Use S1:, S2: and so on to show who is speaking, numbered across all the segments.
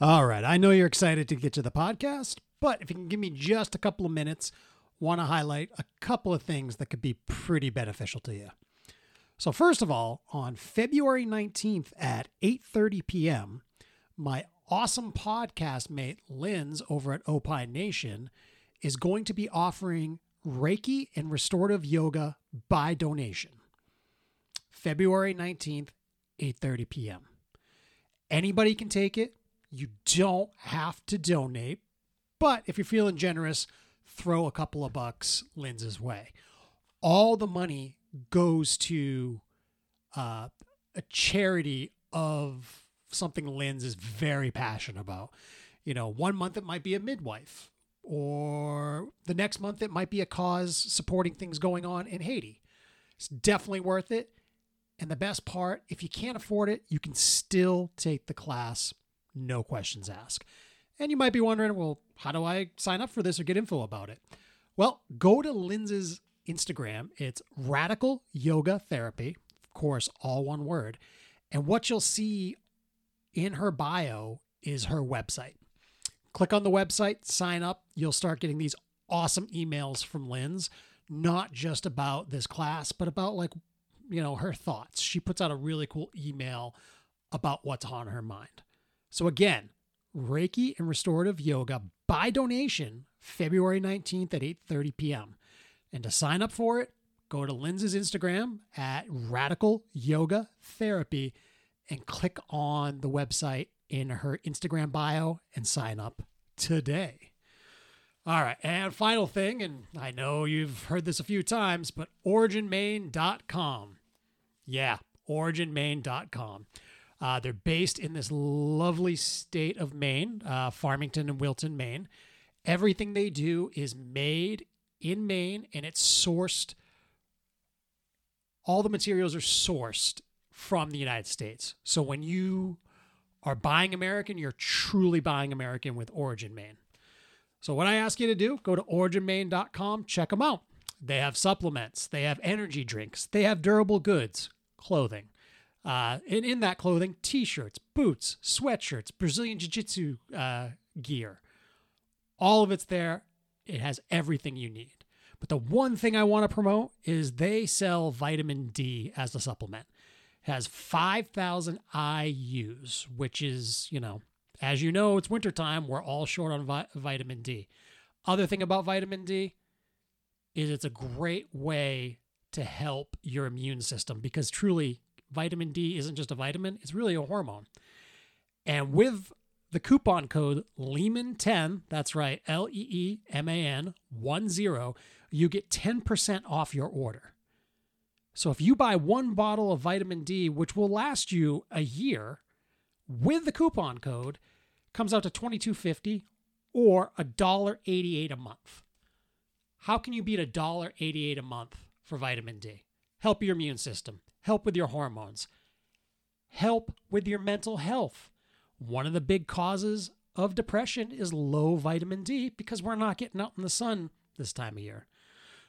S1: All right. I know you're excited to get to the podcast, but if you can give me just a couple of minutes, want to highlight a couple of things that could be pretty beneficial to you. So first of all, on February 19th at 8:30 p.m., my awesome podcast mate Lynn's over at Opine Nation is going to be offering Reiki and restorative yoga by donation. February 19th, 8:30 p.m. Anybody can take it. You don't have to donate, but if you're feeling generous, throw a couple of bucks Lynn's way. All the money goes to uh, a charity of something Lynn's is very passionate about. You know, one month it might be a midwife, or the next month it might be a cause supporting things going on in Haiti. It's definitely worth it. And the best part, if you can't afford it, you can still take the class, no questions asked. And you might be wondering, well, how do I sign up for this or get info about it? Well, go to Lindsay's Instagram. It's Radical Yoga Therapy, of course, all one word. And what you'll see in her bio is her website. Click on the website, sign up. You'll start getting these awesome emails from Lynn's, not just about this class, but about like, you know, her thoughts. She puts out a really cool email about what's on her mind. So, again, Reiki and restorative yoga by donation, February 19th at 8:30 p.m. And to sign up for it, go to Lindsay's Instagram at Radical Yoga Therapy and click on the website in her Instagram bio and sign up today. All right, and final thing, and I know you've heard this a few times, but originmain.com. Yeah, originmain.com. Uh, they're based in this lovely state of Maine, uh, Farmington and Wilton, Maine. Everything they do is made in Maine and it's sourced. All the materials are sourced from the United States. So when you are buying American, you're truly buying American with Origin Maine. So what I ask you to do, go to originmaine.com, check them out. They have supplements, they have energy drinks, they have durable goods, clothing. Uh, and in that clothing, t-shirts, boots, sweatshirts, Brazilian jiu-jitsu uh, gear. All of it's there. It has everything you need. But the one thing I want to promote is they sell vitamin D as a supplement. It has 5,000 IUs, which is, you know, as you know, it's wintertime. We're all short on vi- vitamin D. Other thing about vitamin D is it's a great way to help your immune system because truly vitamin D isn't just a vitamin, it's really a hormone. And with the coupon code Lehman10, that's right, L E E M A N 10, you get 10% off your order. So if you buy one bottle of vitamin D, which will last you a year, with the coupon code, comes out to 22.50 or $1.88 a month. How can you beat $1.88 a month for vitamin D? Help your immune system help with your hormones, help with your mental health. One of the big causes of depression is low vitamin D because we're not getting out in the sun this time of year.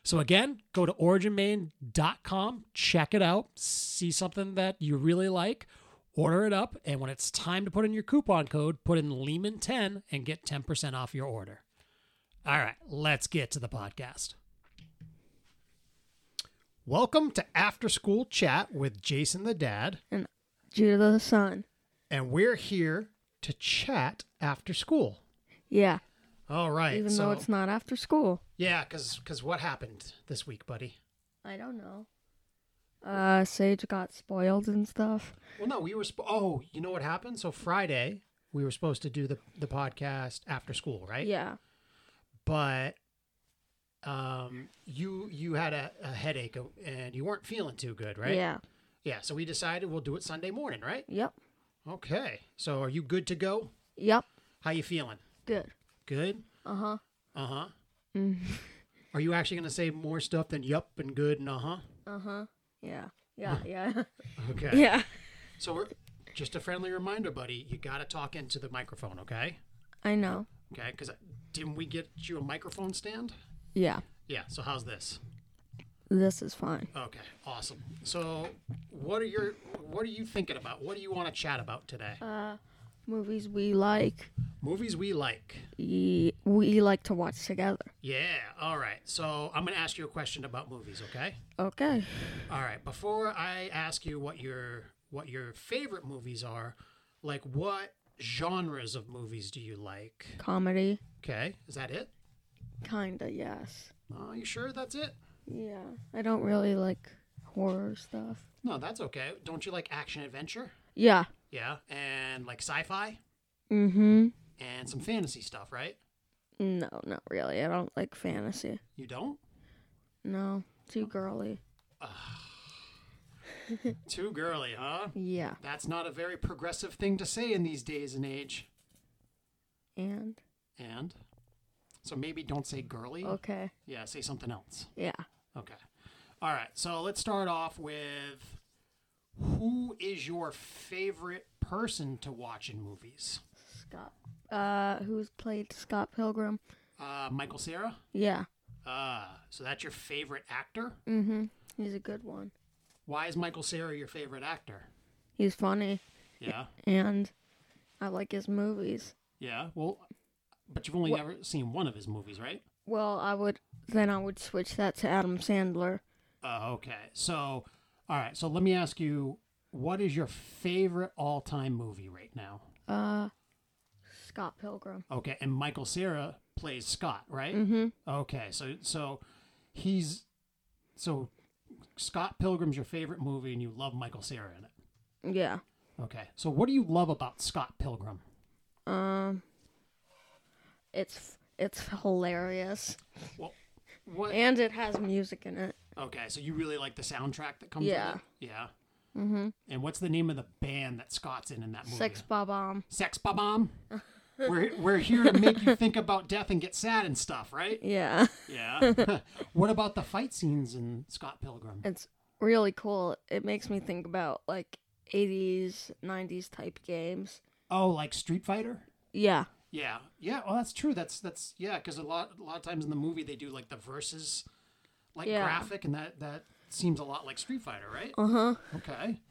S1: So, again, go to originmain.com, check it out, see something that you really like, order it up, and when it's time to put in your coupon code, put in Lehman10 and get 10% off your order. All right, let's get to the podcast. Welcome to After School Chat with Jason the Dad,
S2: and Judah the son.
S1: and we're here to chat after school.
S2: Yeah,
S1: All right.
S2: even
S1: so,
S2: though it's not after school.
S1: yeah, because what happened this week, buddy?
S2: I don't know. Uh, Sage got spoiled and stuff.
S1: Well, no, we were. Sp- oh, you know what happened? So Friday we were supposed to do the the podcast after school, right?
S2: Yeah,
S1: But um, you you had a, a headache and you weren't feeling too good, right?
S2: yeah,
S1: Yeah. So we decided we'll do it Sunday morning, right?
S2: yep,
S1: Okay. So are you good to go?
S2: yep,
S1: How you feeling?
S2: good.
S1: Good.
S2: Uh huh.
S1: Uh huh.
S2: Mm.
S1: Are you actually going to say more stuff than yup and good and uh huh?
S2: Uh huh. Yeah, yeah, yeah,
S1: Okay.
S2: yeah.
S1: So we're just a friendly reminder, buddy. You got to talk into the microphone, okay?
S2: I know.
S1: Okay. Because didn't we get you a microphone stand?
S2: Yeah,
S1: Yeah. So how's this?
S2: this is fine.
S1: Okay. Awesome. So what are your what are you thinking about? What do you want to chat about today?
S2: Uh, Movies we like,
S1: Movies we like.
S2: ye- we like to watch together.
S1: Yeah. All right. So I'm going to ask you a question about movies, okay?
S2: Okay.
S1: All right. Before I ask you what your what your favorite movies are, like what genres of movies do you like?
S2: Comedy,
S1: Okay. Is that it?
S2: kinda, yes.
S1: Are you sure that's it?
S2: Yeah, I don't really like horror stuff.
S1: No, that's okay. Don't you like action adventure?
S2: Yeah.
S1: Yeah. And like sci-fi
S2: Mm-hmm.
S1: and some fantasy stuff, right?
S2: No, not really. I don't like fantasy.
S1: You don't?
S2: No, too girly.
S1: Too girly, huh?
S2: Yeah.
S1: That's not a very progressive thing to say in these days and age.
S2: And
S1: And so maybe don't say girly.
S2: okay.
S1: Yeah, say something else.
S2: Yeah.
S1: Okay. All right. So let's start off with who is your favorite person to watch in movies?
S2: Scott. Uh, who's played Scott Pilgrim?
S1: Uh, Michael Cera.
S2: Yeah.
S1: Uh, so that's your favorite actor.
S2: Mm-hmm. He's a good one.
S1: Why is Michael Cera your favorite actor?
S2: He's funny,
S1: Yeah.
S2: and I like his movies.
S1: Yeah. Well, but you've only
S2: Wha-
S1: ever seen one of his movies, right?
S2: Well, I would then I would switch that to Adam Sandler.
S1: Uh, okay. So, all right. So let me ask you, what is your favorite all-time movie right now?
S2: Uh, Scott Pilgrim.
S1: Okay, and Michael Cera plays Scott, right?
S2: Mm-hmm.
S1: Okay, so so he's so Scott Pilgrim's your favorite movie, and you love Michael Cera in it.
S2: Yeah.
S1: Okay, so what do you love about Scott Pilgrim?
S2: Um, it's it's hilarious,
S1: What?
S2: and it has music in it.
S1: Okay, so you really like the soundtrack that comes.
S2: Yeah.
S1: With it? Yeah.
S2: Mm-hmm.
S1: And what's the name of the band that Scott's in in that movie?
S2: Sex Bob Bomb.
S1: Sex Bomb. we're we're here to make you think about death and get sad and stuff, right?
S2: Yeah.
S1: Yeah. what about the fight scenes in Scott Pilgrim?
S2: It's really cool. It makes me think about like 80s, 90s type games.
S1: Oh, like Street Fighter.
S2: Yeah.
S1: Yeah, yeah. Well, that's true. That's that's yeah. Because a lot a lot of times in the movie they do like the verses, like
S2: Yeah.
S1: graphic, and that that seems a lot like Street Fighter, right?
S2: Uh huh.
S1: Okay.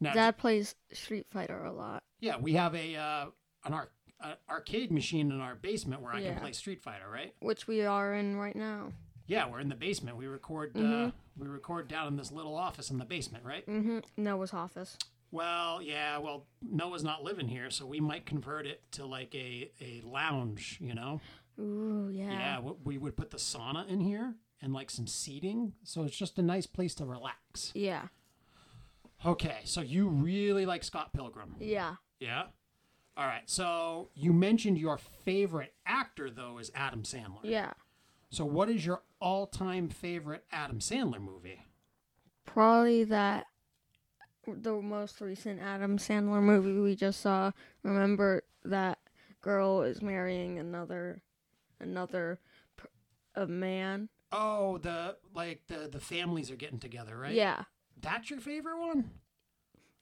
S1: Now,
S2: Dad plays Street Fighter a lot.
S1: yeah, we have a uh, an ar- a arcade machine in our basement where I can
S2: Yeah.
S1: play Street Fighter, right?
S2: which we are in right now.
S1: Yeah, we're in the basement. We record uh, we record down in this little office in the basement, right?
S2: Mm-hmm. Noah's office.
S1: Well, yeah. Well, Noah's not living here, so we might convert it to like a a lounge, you know.
S2: Ooh, yeah.
S1: Yeah, we- we would put the sauna in here and like some seating. So it's just a nice place to relax.
S2: Yeah.
S1: Okay, so you really like Scott Pilgrim.
S2: Yeah.
S1: Yeah. All right, so you mentioned your favorite actor, though, is Adam Sandler.
S2: Yeah.
S1: So what is your all time favorite Adam Sandler movie?
S2: Probably that the most recent Adam Sandler movie we just saw. Remember that girl is marrying another another per- a man.
S1: Oh, the like the the families are getting together, right?
S2: Yeah.
S1: That's your favorite one?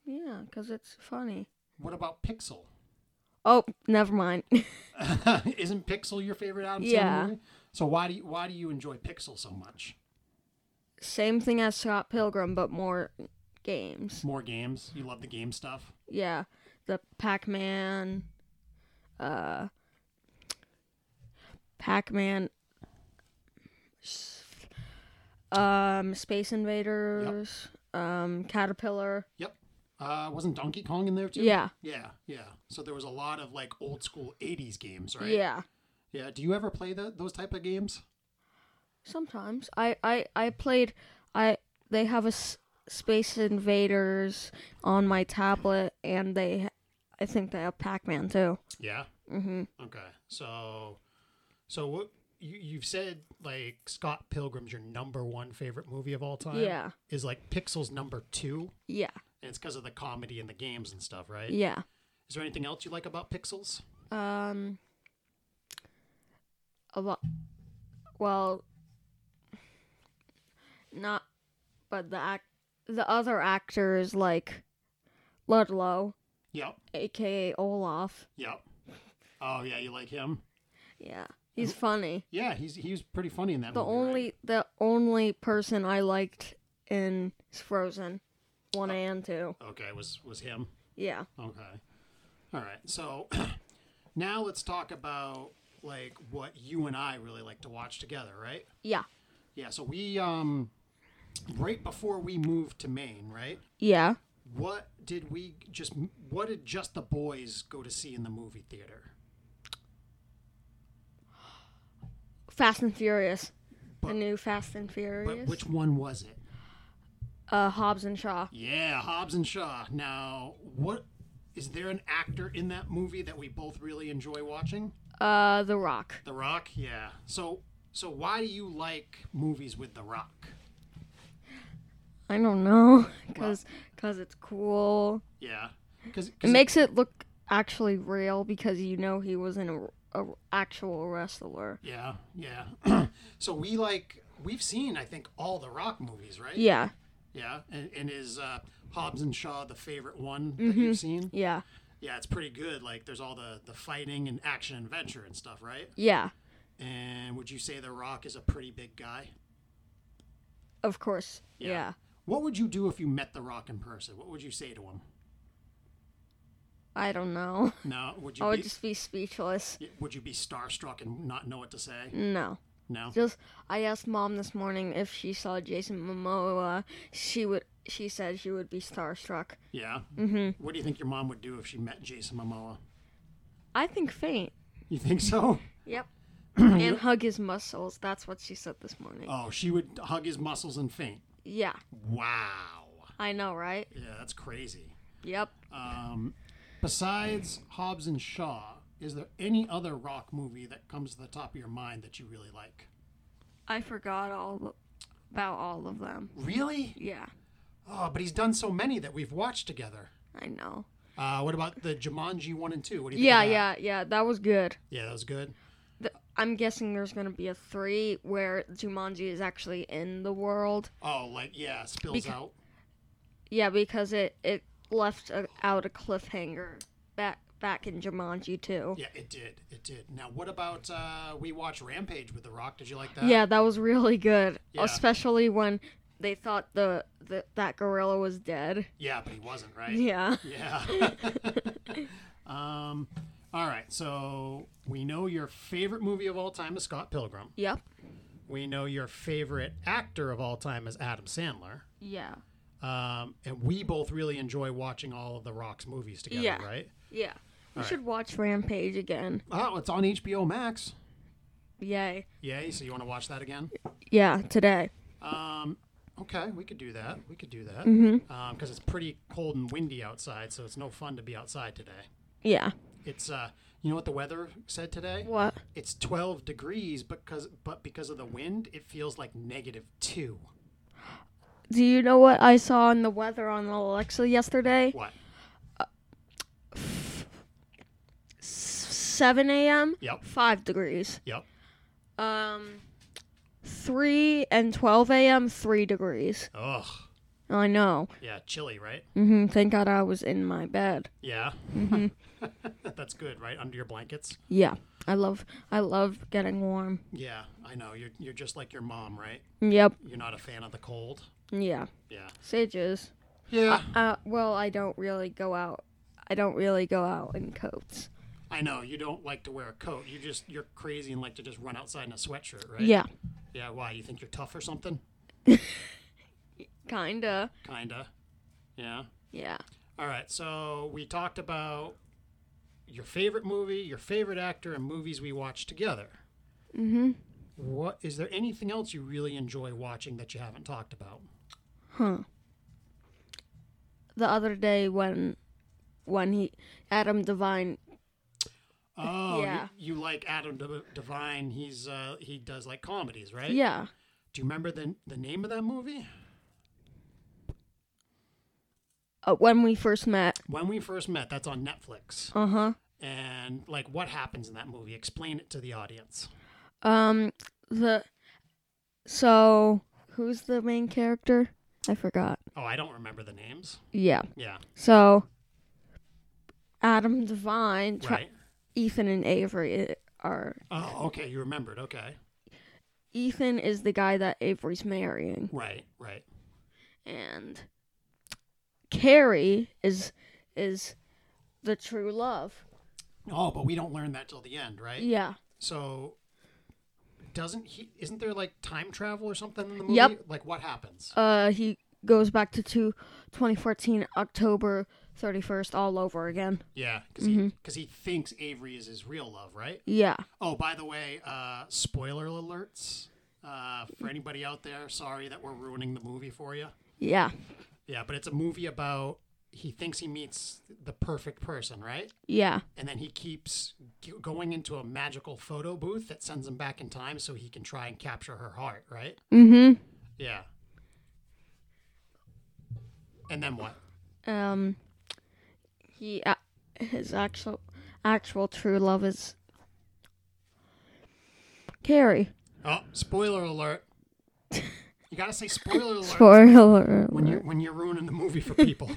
S2: Yeah, cuz it's funny.
S1: What about Pixel?
S2: Oh, never mind.
S1: Isn't Pixel your favorite Adam
S2: Yeah.
S1: Sandler movie? So why do you, why do you enjoy Pixel so much?
S2: Same thing as Scott Pilgrim but more games.
S1: More games. You love the game stuff.
S2: Yeah, the Pac-Man, uh, Pac-Man, s- um, Space Invaders, um, Caterpillar.
S1: Yep. Uh, wasn't Donkey Kong in there too?
S2: Yeah,
S1: Yeah, yeah. So there was a lot of like old school '80s games, right?
S2: yeah.
S1: Yeah. Do you ever play the, those type of games?
S2: Sometimes I, I, I played. I they have a s- Space Invaders on my tablet, and they, ha- I think they have Pac-Man too.
S1: Yeah.
S2: hmm
S1: Okay. So, so what you you've said like Scott Pilgrim's your number one favorite movie of all time.
S2: Yeah,
S1: Is like Pixel's number two,
S2: yeah,
S1: and it's because of the comedy and the games and stuff, right?
S2: yeah.
S1: Is there anything else you like about Pixels?
S2: Um, a lot. Well, not, but the act, the other actor is like Ludlow,
S1: Yep.
S2: aka Olaf.
S1: Yep. Oh yeah, you like him.
S2: Yeah, he's funny.
S1: Yeah, he's he was pretty funny in that.
S2: The
S1: movie, Oh. right?
S2: only the only person I liked in
S1: Oh.
S2: Frozen, one and two.
S1: Okay, was was him.
S2: Yeah,
S1: Okay. All right. So now let's talk about like what you and I really like to watch together, right?
S2: Yeah.
S1: Yeah. So we um right before we moved to Maine, right?
S2: Yeah.
S1: What did we just what did just the boys go to see in the movie theater?
S2: Fast and Furious.
S1: But-
S2: the new Fast and Furious.
S1: But which one was it?
S2: uh, Hobbs and Shaw.
S1: Yeah, Hobbs and Shaw. Now, what is there an actor in that movie that we both really enjoy watching?
S2: Uh, The Rock.
S1: The Rock. Yeah. So, so why do you like movies with The Rock?
S2: I don't know, cause, 'cause it's cool.
S1: Yeah, because
S2: It makes it look actually real because you know he was an a, a actual wrestler.
S1: yeah, yeah. so we like we've seen I think all the Rock movies, right?
S2: Yeah.
S1: Yeah. And, and is uh, Hobbs and Shaw the favorite one that you've seen?
S2: Mm-hmm. Yeah.
S1: Yeah, it's pretty good. Like, there's all the the fighting and action adventure and stuff, right?
S2: Yeah.
S1: And would you say The Rock is a pretty big guy?
S2: Of course.
S1: Yeah.
S2: yeah.
S1: What would you do if you met The Rock in person? What would you say to him?
S2: I don't know.
S1: No, would you
S2: I would
S1: be,
S2: just be speechless.
S1: would you be starstruck and not know what to say?
S2: No.
S1: No.
S2: Just I asked mom this morning if she saw Jason Momoa. She would. She said she would be starstruck.
S1: Yeah. Mm-hmm. What do you think your mom would do if she met Jason Momoa?
S2: I think faint.
S1: You think so?
S2: Yep. and hug his muscles. That's what she said this morning.
S1: Oh, she would hug his muscles and faint.
S2: yeah.
S1: Wow.
S2: I know, right?
S1: Yeah, that's crazy.
S2: Yep.
S1: Um, besides Hobbs and Shaw, is there any other rock movie that comes to the top of your mind that you really like?
S2: I forgot all the- about all of them.
S1: Really?
S2: Yeah.
S1: Oh, but he's done so many that we've watched together.
S2: I know.
S1: Uh, what about the Jumanji one and two? What do you
S2: Yeah,
S1: think? of that?
S2: yeah, yeah. That was good.
S1: Yeah, that was good.
S2: Th I'm guessing there's gonna be a three where Jumanji is actually in the world.
S1: Oh, like yeah, it spills
S2: Beca-
S1: out.
S2: Yeah, because it it left a, out a cliffhanger back back in Jumanji too.
S1: Yeah, it did. It did. Now, what about uh we watch Rampage with The Rock? Did you like that?
S2: Yeah, that was really good,
S1: Yeah.
S2: especially when they thought the, the that gorilla was dead.
S1: Yeah, but he wasn't, right?
S2: Yeah.
S1: Yeah. um all right. So, we know your favorite movie of all time is Scott Pilgrim.
S2: Yep.
S1: We know your favorite actor of all time is Adam Sandler.
S2: Yeah.
S1: Um, and we both really enjoy watching all of The Rock's movies together,
S2: Yeah.
S1: right?
S2: Yeah. We should watch Rampage again.
S1: Oh, it's on HBO Max.
S2: Yay.
S1: Yay, so you want to watch that again?
S2: Yeah, today.
S1: Um, okay, we could do that. We could do that.
S2: Mm-hmm.
S1: Because it's pretty cold and windy outside, so it's no fun to be outside today.
S2: Yeah.
S1: It's uh, you know what the weather said today?
S2: What?
S1: It's 12 degrees, because but because of the wind, it feels like negative two.
S2: Do you know what I saw in the weather on Alexa yesterday?
S1: What?
S2: 7 a.m.
S1: Yep.
S2: 5 degrees.
S1: Yep.
S2: Um 3 and 12 a.m. 3 degrees.
S1: Ugh.
S2: I know.
S1: Yeah, chilly, right?
S2: Mhm. Thank God I was in my bed.
S1: Yeah. That's good, right? Under your blankets.
S2: Yeah. I love I love getting warm.
S1: Yeah, I know. You're you're just like your mom, right?
S2: Yep.
S1: You're not a fan of the cold.
S2: Yeah.
S1: Yeah.
S2: Sages.
S1: Yeah.
S2: Uh well, I don't really go out. I don't really go out in coats.
S1: I know. You don't like to wear a coat. You just you're crazy and like to just run outside in a sweatshirt, right?
S2: Yeah.
S1: Yeah, why? You think you're tough or something?
S2: Kinda.
S1: Kinda. Yeah.
S2: Yeah.
S1: All right. So we talked about your favorite movie, your favorite actor, and movies we watched together. Mm-hmm. What is there anything else you really enjoy watching that you haven't talked about?
S2: The other day when when he Adam Devine
S1: Oh,
S2: Yeah.
S1: you, you like Adam De- Devine? He's uh, he does like comedies, right?
S2: Yeah.
S1: Do you remember the the name of that movie?
S2: Uh, when we first met.
S1: When we first met, that's on Netflix.
S2: Uh-huh.
S1: And like, what happens in that movie? Explain it to the audience.
S2: Um the so who's the main character? I forgot.
S1: Oh, I don't remember the names.
S2: Yeah.
S1: Yeah,
S2: So Adam Devine, Tra-
S1: right.
S2: Ethan and Avery uh, are
S1: Oh, okay, you remembered. Okay,
S2: Ethan is the guy that Avery's marrying.
S1: right, right.
S2: and Carrie is is the true love.
S1: Oh, but we don't learn that till the end, right?
S2: Yeah.
S1: So doesn't he isn't there like time travel or something in the movie?
S2: Yep.
S1: Like what happens?
S2: Uh, he goes back to two, 2014 October 31st all over again.
S1: Yeah, because
S2: mm-hmm.
S1: he, 'cause he thinks Avery is his real love, right?
S2: Yeah.
S1: Oh, by the way, uh, spoiler alerts uh, for anybody out there. Sorry that we're ruining the movie for you.
S2: Yeah.
S1: Yeah, but it's a movie about he thinks he meets the perfect person, right?
S2: Yeah.
S1: And then he keeps g- going into a magical photo booth that sends him back in time so he can try and capture her heart, right?
S2: Mhm.
S1: Yeah. And then what?
S2: Um he a his actual actual true love is Carrie.
S1: Oh, spoiler alert! You gotta say spoiler alert
S2: Spoiler
S1: when you
S2: alert.
S1: when you're ruining the movie for people.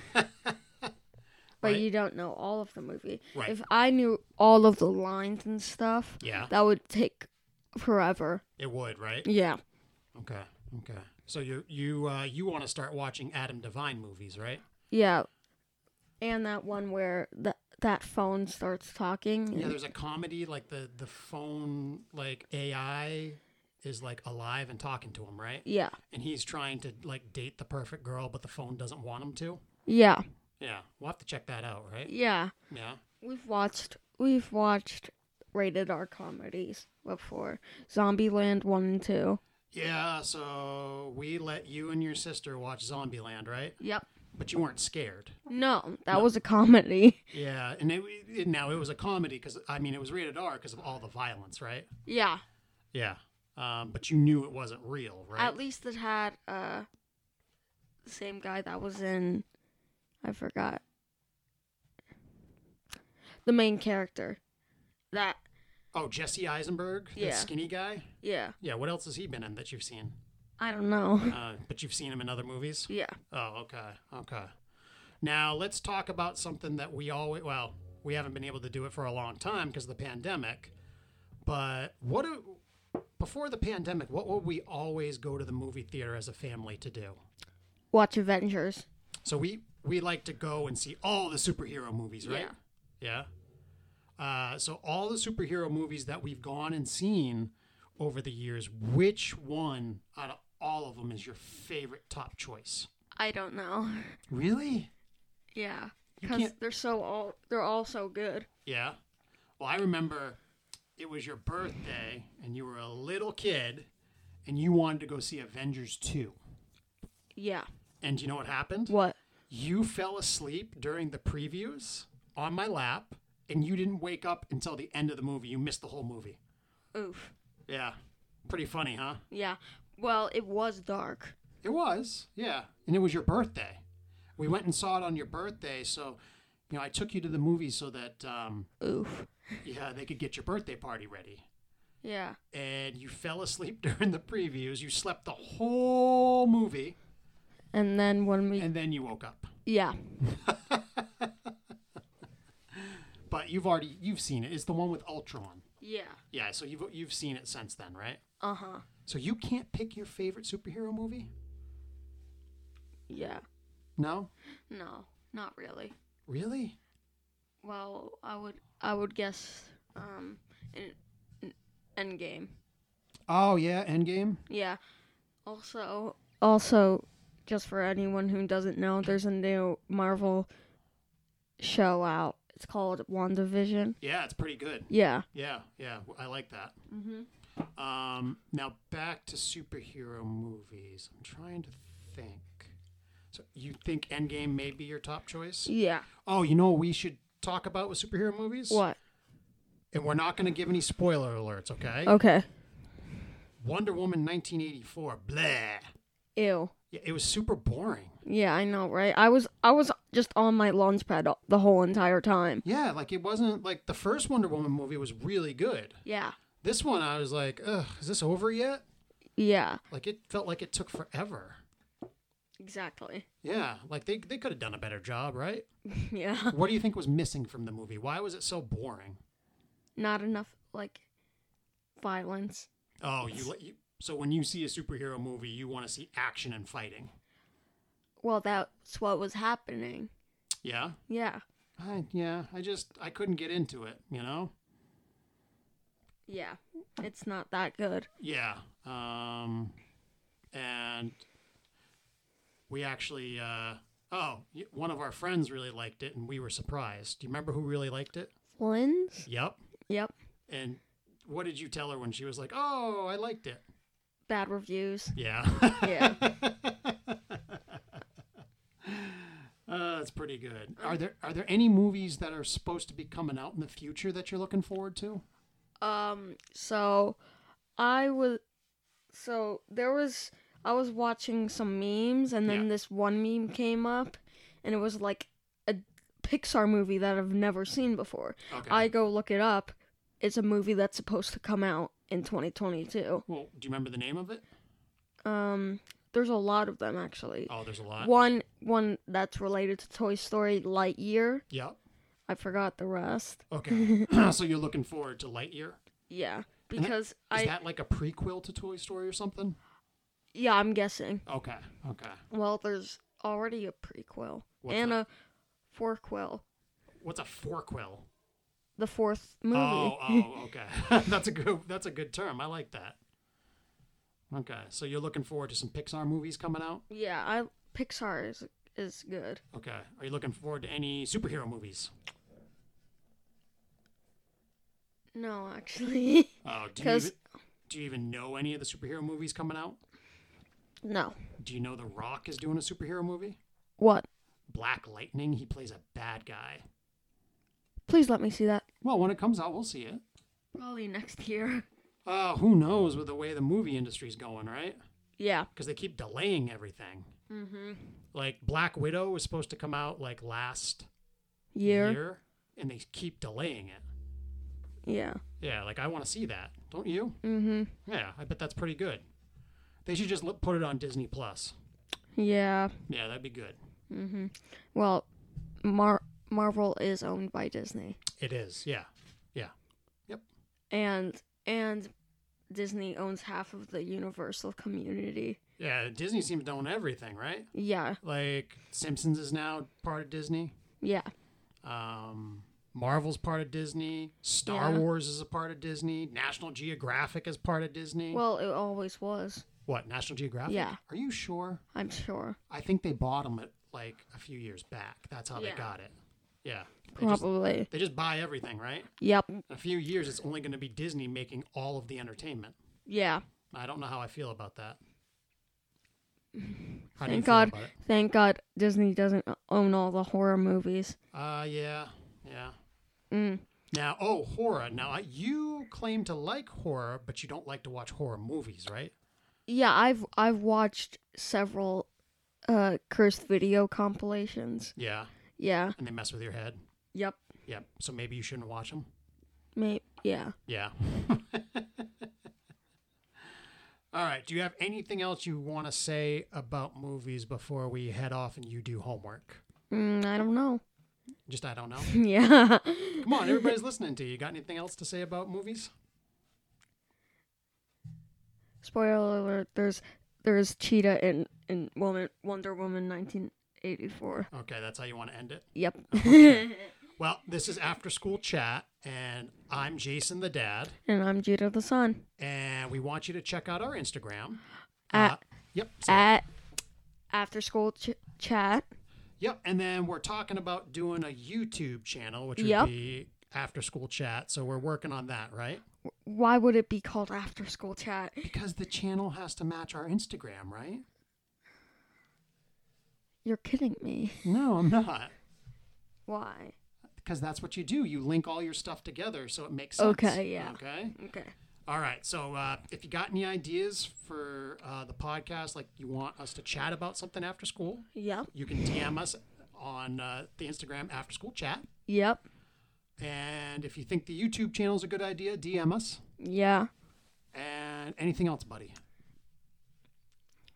S2: But you don't know all of the movie.
S1: Right.
S2: If I knew all of the lines and stuff,
S1: yeah,
S2: that would take forever.
S1: it would, right?
S2: Yeah.
S1: Okay, okay. So you you uh, you want to start watching Adam Devine movies, right?
S2: Yeah. And that one where that that phone starts talking.
S1: Yeah, there's a comedy like the the phone like AI is like alive and talking to him, right?
S2: Yeah.
S1: And he's trying to like date the perfect girl, but the phone doesn't want him to.
S2: Yeah.
S1: Yeah, we'll have to check that out, right?
S2: Yeah.
S1: Yeah.
S2: We've watched we've watched rated R comedies before. Zombieland one and two.
S1: Yeah, so we let you and your sister watch Zombieland, right?
S2: Yep.
S1: But you weren't scared.
S2: No, that was a comedy.
S1: Yeah, and it, it now it was a comedy because I mean it was rated R because of all the violence, right?
S2: Yeah.
S1: Yeah. Um, but you knew it wasn't real, right?
S2: At least it had uh the same guy that was in I forgot. The main character. That
S1: oh, Jesse Eisenberg, the
S2: Yeah.
S1: skinny guy.
S2: yeah.
S1: Yeah. What else has he been in that you've seen?
S2: I don't know.
S1: Uh, but you've seen him in other movies.
S2: yeah.
S1: Oh, okay, okay. Now let's talk about something that we always well we haven't been able to do it for a long time because of the pandemic. But what do before the pandemic, what would we always go to the movie theater as a family to do?
S2: Watch Avengers.
S1: So we we like to go and see all the superhero movies, right? Yeah. Uh, so all the superhero movies that we've gone and seen over the years, which one out of all of them is your favorite top choice?
S2: I don't know.
S1: Really?
S2: Yeah.
S1: You
S2: Cuz
S1: can't-
S2: they're so all they're all so good.
S1: Yeah. Well, I remember it was your birthday and you were a little kid and you wanted to go see Avengers 2.
S2: Yeah.
S1: And you know what happened?
S2: What?
S1: You fell asleep during the previews on my lap and you didn't wake up until the end of the movie. You missed the whole movie.
S2: Oof.
S1: Yeah. Pretty funny, huh?
S2: Yeah. Well, it was dark.
S1: It was, yeah. And it was your birthday. We went and saw it on your birthday, so you know, I took you to the movie so that um,
S2: Oof.
S1: yeah, they could get your birthday party ready.
S2: Yeah.
S1: and you fell asleep during the previews. You slept the whole movie,
S2: And then when we
S1: and then you woke up.
S2: yeah
S1: But you've already you've seen it. It's the one with Ultron.
S2: yeah
S1: Yeah, so you've you've seen it since then, right?
S2: uh huh
S1: So you can't pick your favorite superhero movie?
S2: yeah
S1: No,
S2: no not really.
S1: really?
S2: Well, I would I would guess um in, in Endgame.
S1: Oh yeah, Endgame.
S2: Yeah. Also also just for anyone who doesn't know, there's a new Marvel show out. It's called WandaVision.
S1: Yeah, it's pretty good.
S2: Yeah.
S1: Yeah, yeah, I like that. Mm-hmm. Um, now back to superhero movies. I'm trying to think. So you think Endgame may be your top choice?
S2: Yeah.
S1: Oh, you know what we should talk about with superhero movies.
S2: What?
S1: and we're not going to give any spoiler alerts, okay?
S2: Okay.
S1: Wonder Woman 1984, blah.
S2: Ew.
S1: Yeah, it was super boring.
S2: Yeah, I know, right? I was I was just on my launch pad all- the whole entire time.
S1: Yeah, like it wasn't like the first Wonder Woman movie was really good.
S2: Yeah.
S1: This one, I was like, ugh, is this over yet?
S2: Yeah,
S1: Like it felt like it took forever.
S2: exactly.
S1: Yeah, like they, they could have done a better job, right?
S2: Yeah.
S1: What do you think was missing from the movie? Why was it so boring?
S2: Not enough like violence.
S1: Oh, you, you so when you see a superhero movie, you want to see action and fighting.
S2: Well, that's what was happening.
S1: Yeah.
S2: Yeah.
S1: I, yeah, I just I couldn't get into it, you know.
S2: Yeah, it's not that good.
S1: Yeah. Um, and we actually, uh, oh, y- one of our friends really liked it, and we were surprised. Do you remember who really liked it?
S2: Flynn's?
S1: Yep.
S2: Yep.
S1: And what did you tell her when she was like, "Oh, I liked it"?
S2: Bad reviews.
S1: Yeah.
S2: Yeah.
S1: Uh, that's pretty good. Are there are there any movies that are supposed to be coming out in the future that you're looking forward to?
S2: Um, so I was so there was I was watching some memes and then
S1: Yeah.
S2: this one meme came up and it was like a Pixar movie that I've never seen before.
S1: Okay.
S2: I go look it up. It's a movie that's supposed to come out in 2022.
S1: well, do you remember the name of it?
S2: Um, there's a lot of them actually.
S1: Oh, there's a lot.
S2: One one that's related to Toy Story Lightyear.
S1: Yep.
S2: I forgot the rest.
S1: Okay. so you're looking forward to Lightyear?
S2: Yeah,
S1: that-
S2: because
S1: Mm-hmm. Is
S2: I
S1: that like a prequel to Toy Story or something?
S2: yeah, I'm guessing.
S1: Okay. Okay.
S2: Well, there's already a prequel
S1: What's
S2: and
S1: that?
S2: a fourquel,
S1: What's a forquel?
S2: the fourth movie.
S1: Oh, oh, okay. that's a good. That's a good term. I like that. Okay, so you're looking forward to some Pixar movies coming out.
S2: Yeah, I Pixar is is good.
S1: Okay, are you looking forward to any superhero movies?
S2: No, actually,
S1: Oh, do you
S2: 'Cause-
S1: even, do you even know any of the superhero movies coming out?
S2: no.
S1: Do you know The Rock is doing a superhero movie?
S2: What?
S1: Black Lightning. He plays a bad guy.
S2: Please let me see that.
S1: Well, when it comes out, we'll see it.
S2: Probably next year.
S1: Uh, who knows with the way the movie industry's going, right?
S2: Yeah.
S1: Because they keep delaying everything.
S2: Mm-hmm.
S1: Like Black Widow was supposed to come out like last
S2: Year.
S1: year, and they keep delaying it.
S2: Yeah.
S1: Yeah, like I want to see that, don't you?
S2: Mm-hmm.
S1: Yeah, I bet that's pretty good. They should just li- put it on Disney Plus.
S2: Yeah.
S1: Yeah, that'd be good.
S2: Mm-hmm. Well, Mar Marvel is owned by Disney,
S1: It is. Yeah,
S2: and and Disney owns half of the Universal community.
S1: yeah. Disney seems to own everything, right?
S2: Yeah.
S1: Like Simpsons is now part of Disney.
S2: Yeah.
S1: Um, Marvel's part of Disney. Star
S2: Yeah.
S1: Wars is a part of Disney. National Geographic is part of Disney.
S2: Well, it always was.
S1: what National Geographic?
S2: Yeah.
S1: Are you sure?
S2: I'm sure.
S1: I think they bought them at like a few years back. That's how they
S2: Yeah.
S1: got it. Yeah. They just,
S2: Probably.
S1: they just buy everything, right?
S2: Yep.
S1: In a few years, it's only going to be Disney making all of the entertainment.
S2: Yeah.
S1: I don't know how I feel about that. How
S2: Thank God.
S1: about it?
S2: Thank God Disney doesn't own all the horror movies.
S1: Uh, yeah, yeah.
S2: Mm.
S1: Now, oh, horror. Now, I- you claim to like horror, but you don't like to watch horror movies, right?
S2: Yeah, I've I've watched several uh cursed video compilations.
S1: Yeah,
S2: Yeah.
S1: and they mess with your head.
S2: Yep.
S1: Yep. So maybe you shouldn't watch them.
S2: Maybe. Yeah.
S1: Yeah. All right. Do you have anything else you want to say about movies before we head off and you do homework?
S2: Mm, I don't know.
S1: Just I don't know.
S2: yeah.
S1: Come on, everybody's listening to you. Got anything else to say about movies?
S2: Spoiler alert. There's there's Cheetah in in Woman Wonder Woman 1984.
S1: Okay, that's how you want to end it.
S2: Yep.
S1: Well, this is after school chat, and I'm Jason the dad,
S2: and I'm Judah the Sun.
S1: and we want you to check out our Instagram. Uh,
S2: At-
S1: yep. so-
S2: At after school ch- chat.
S1: yep. And then we're talking about doing a YouTube channel, which would
S2: Yep.
S1: be after school chat. So we're working on that, right?
S2: Why would it be called after school chat?
S1: Because the channel has to match our Instagram, right?
S2: You're kidding me.
S1: No, I'm not.
S2: Why?
S1: Because that's what you do. You link all your stuff together so it makes sense.
S2: Okay, yeah.
S1: Okay.
S2: Okay.
S1: All right. So uh, if you got any ideas for uh, the podcast, like you want us to chat about something after school,
S2: Yep.
S1: you can DM us on uh, the Instagram after school chat.
S2: Yep.
S1: And if you think the YouTube channel is a good idea, DM us.
S2: Yeah.
S1: And anything else, buddy?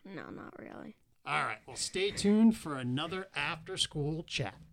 S2: No, not really.
S1: All right. Well, stay tuned for another after school chat.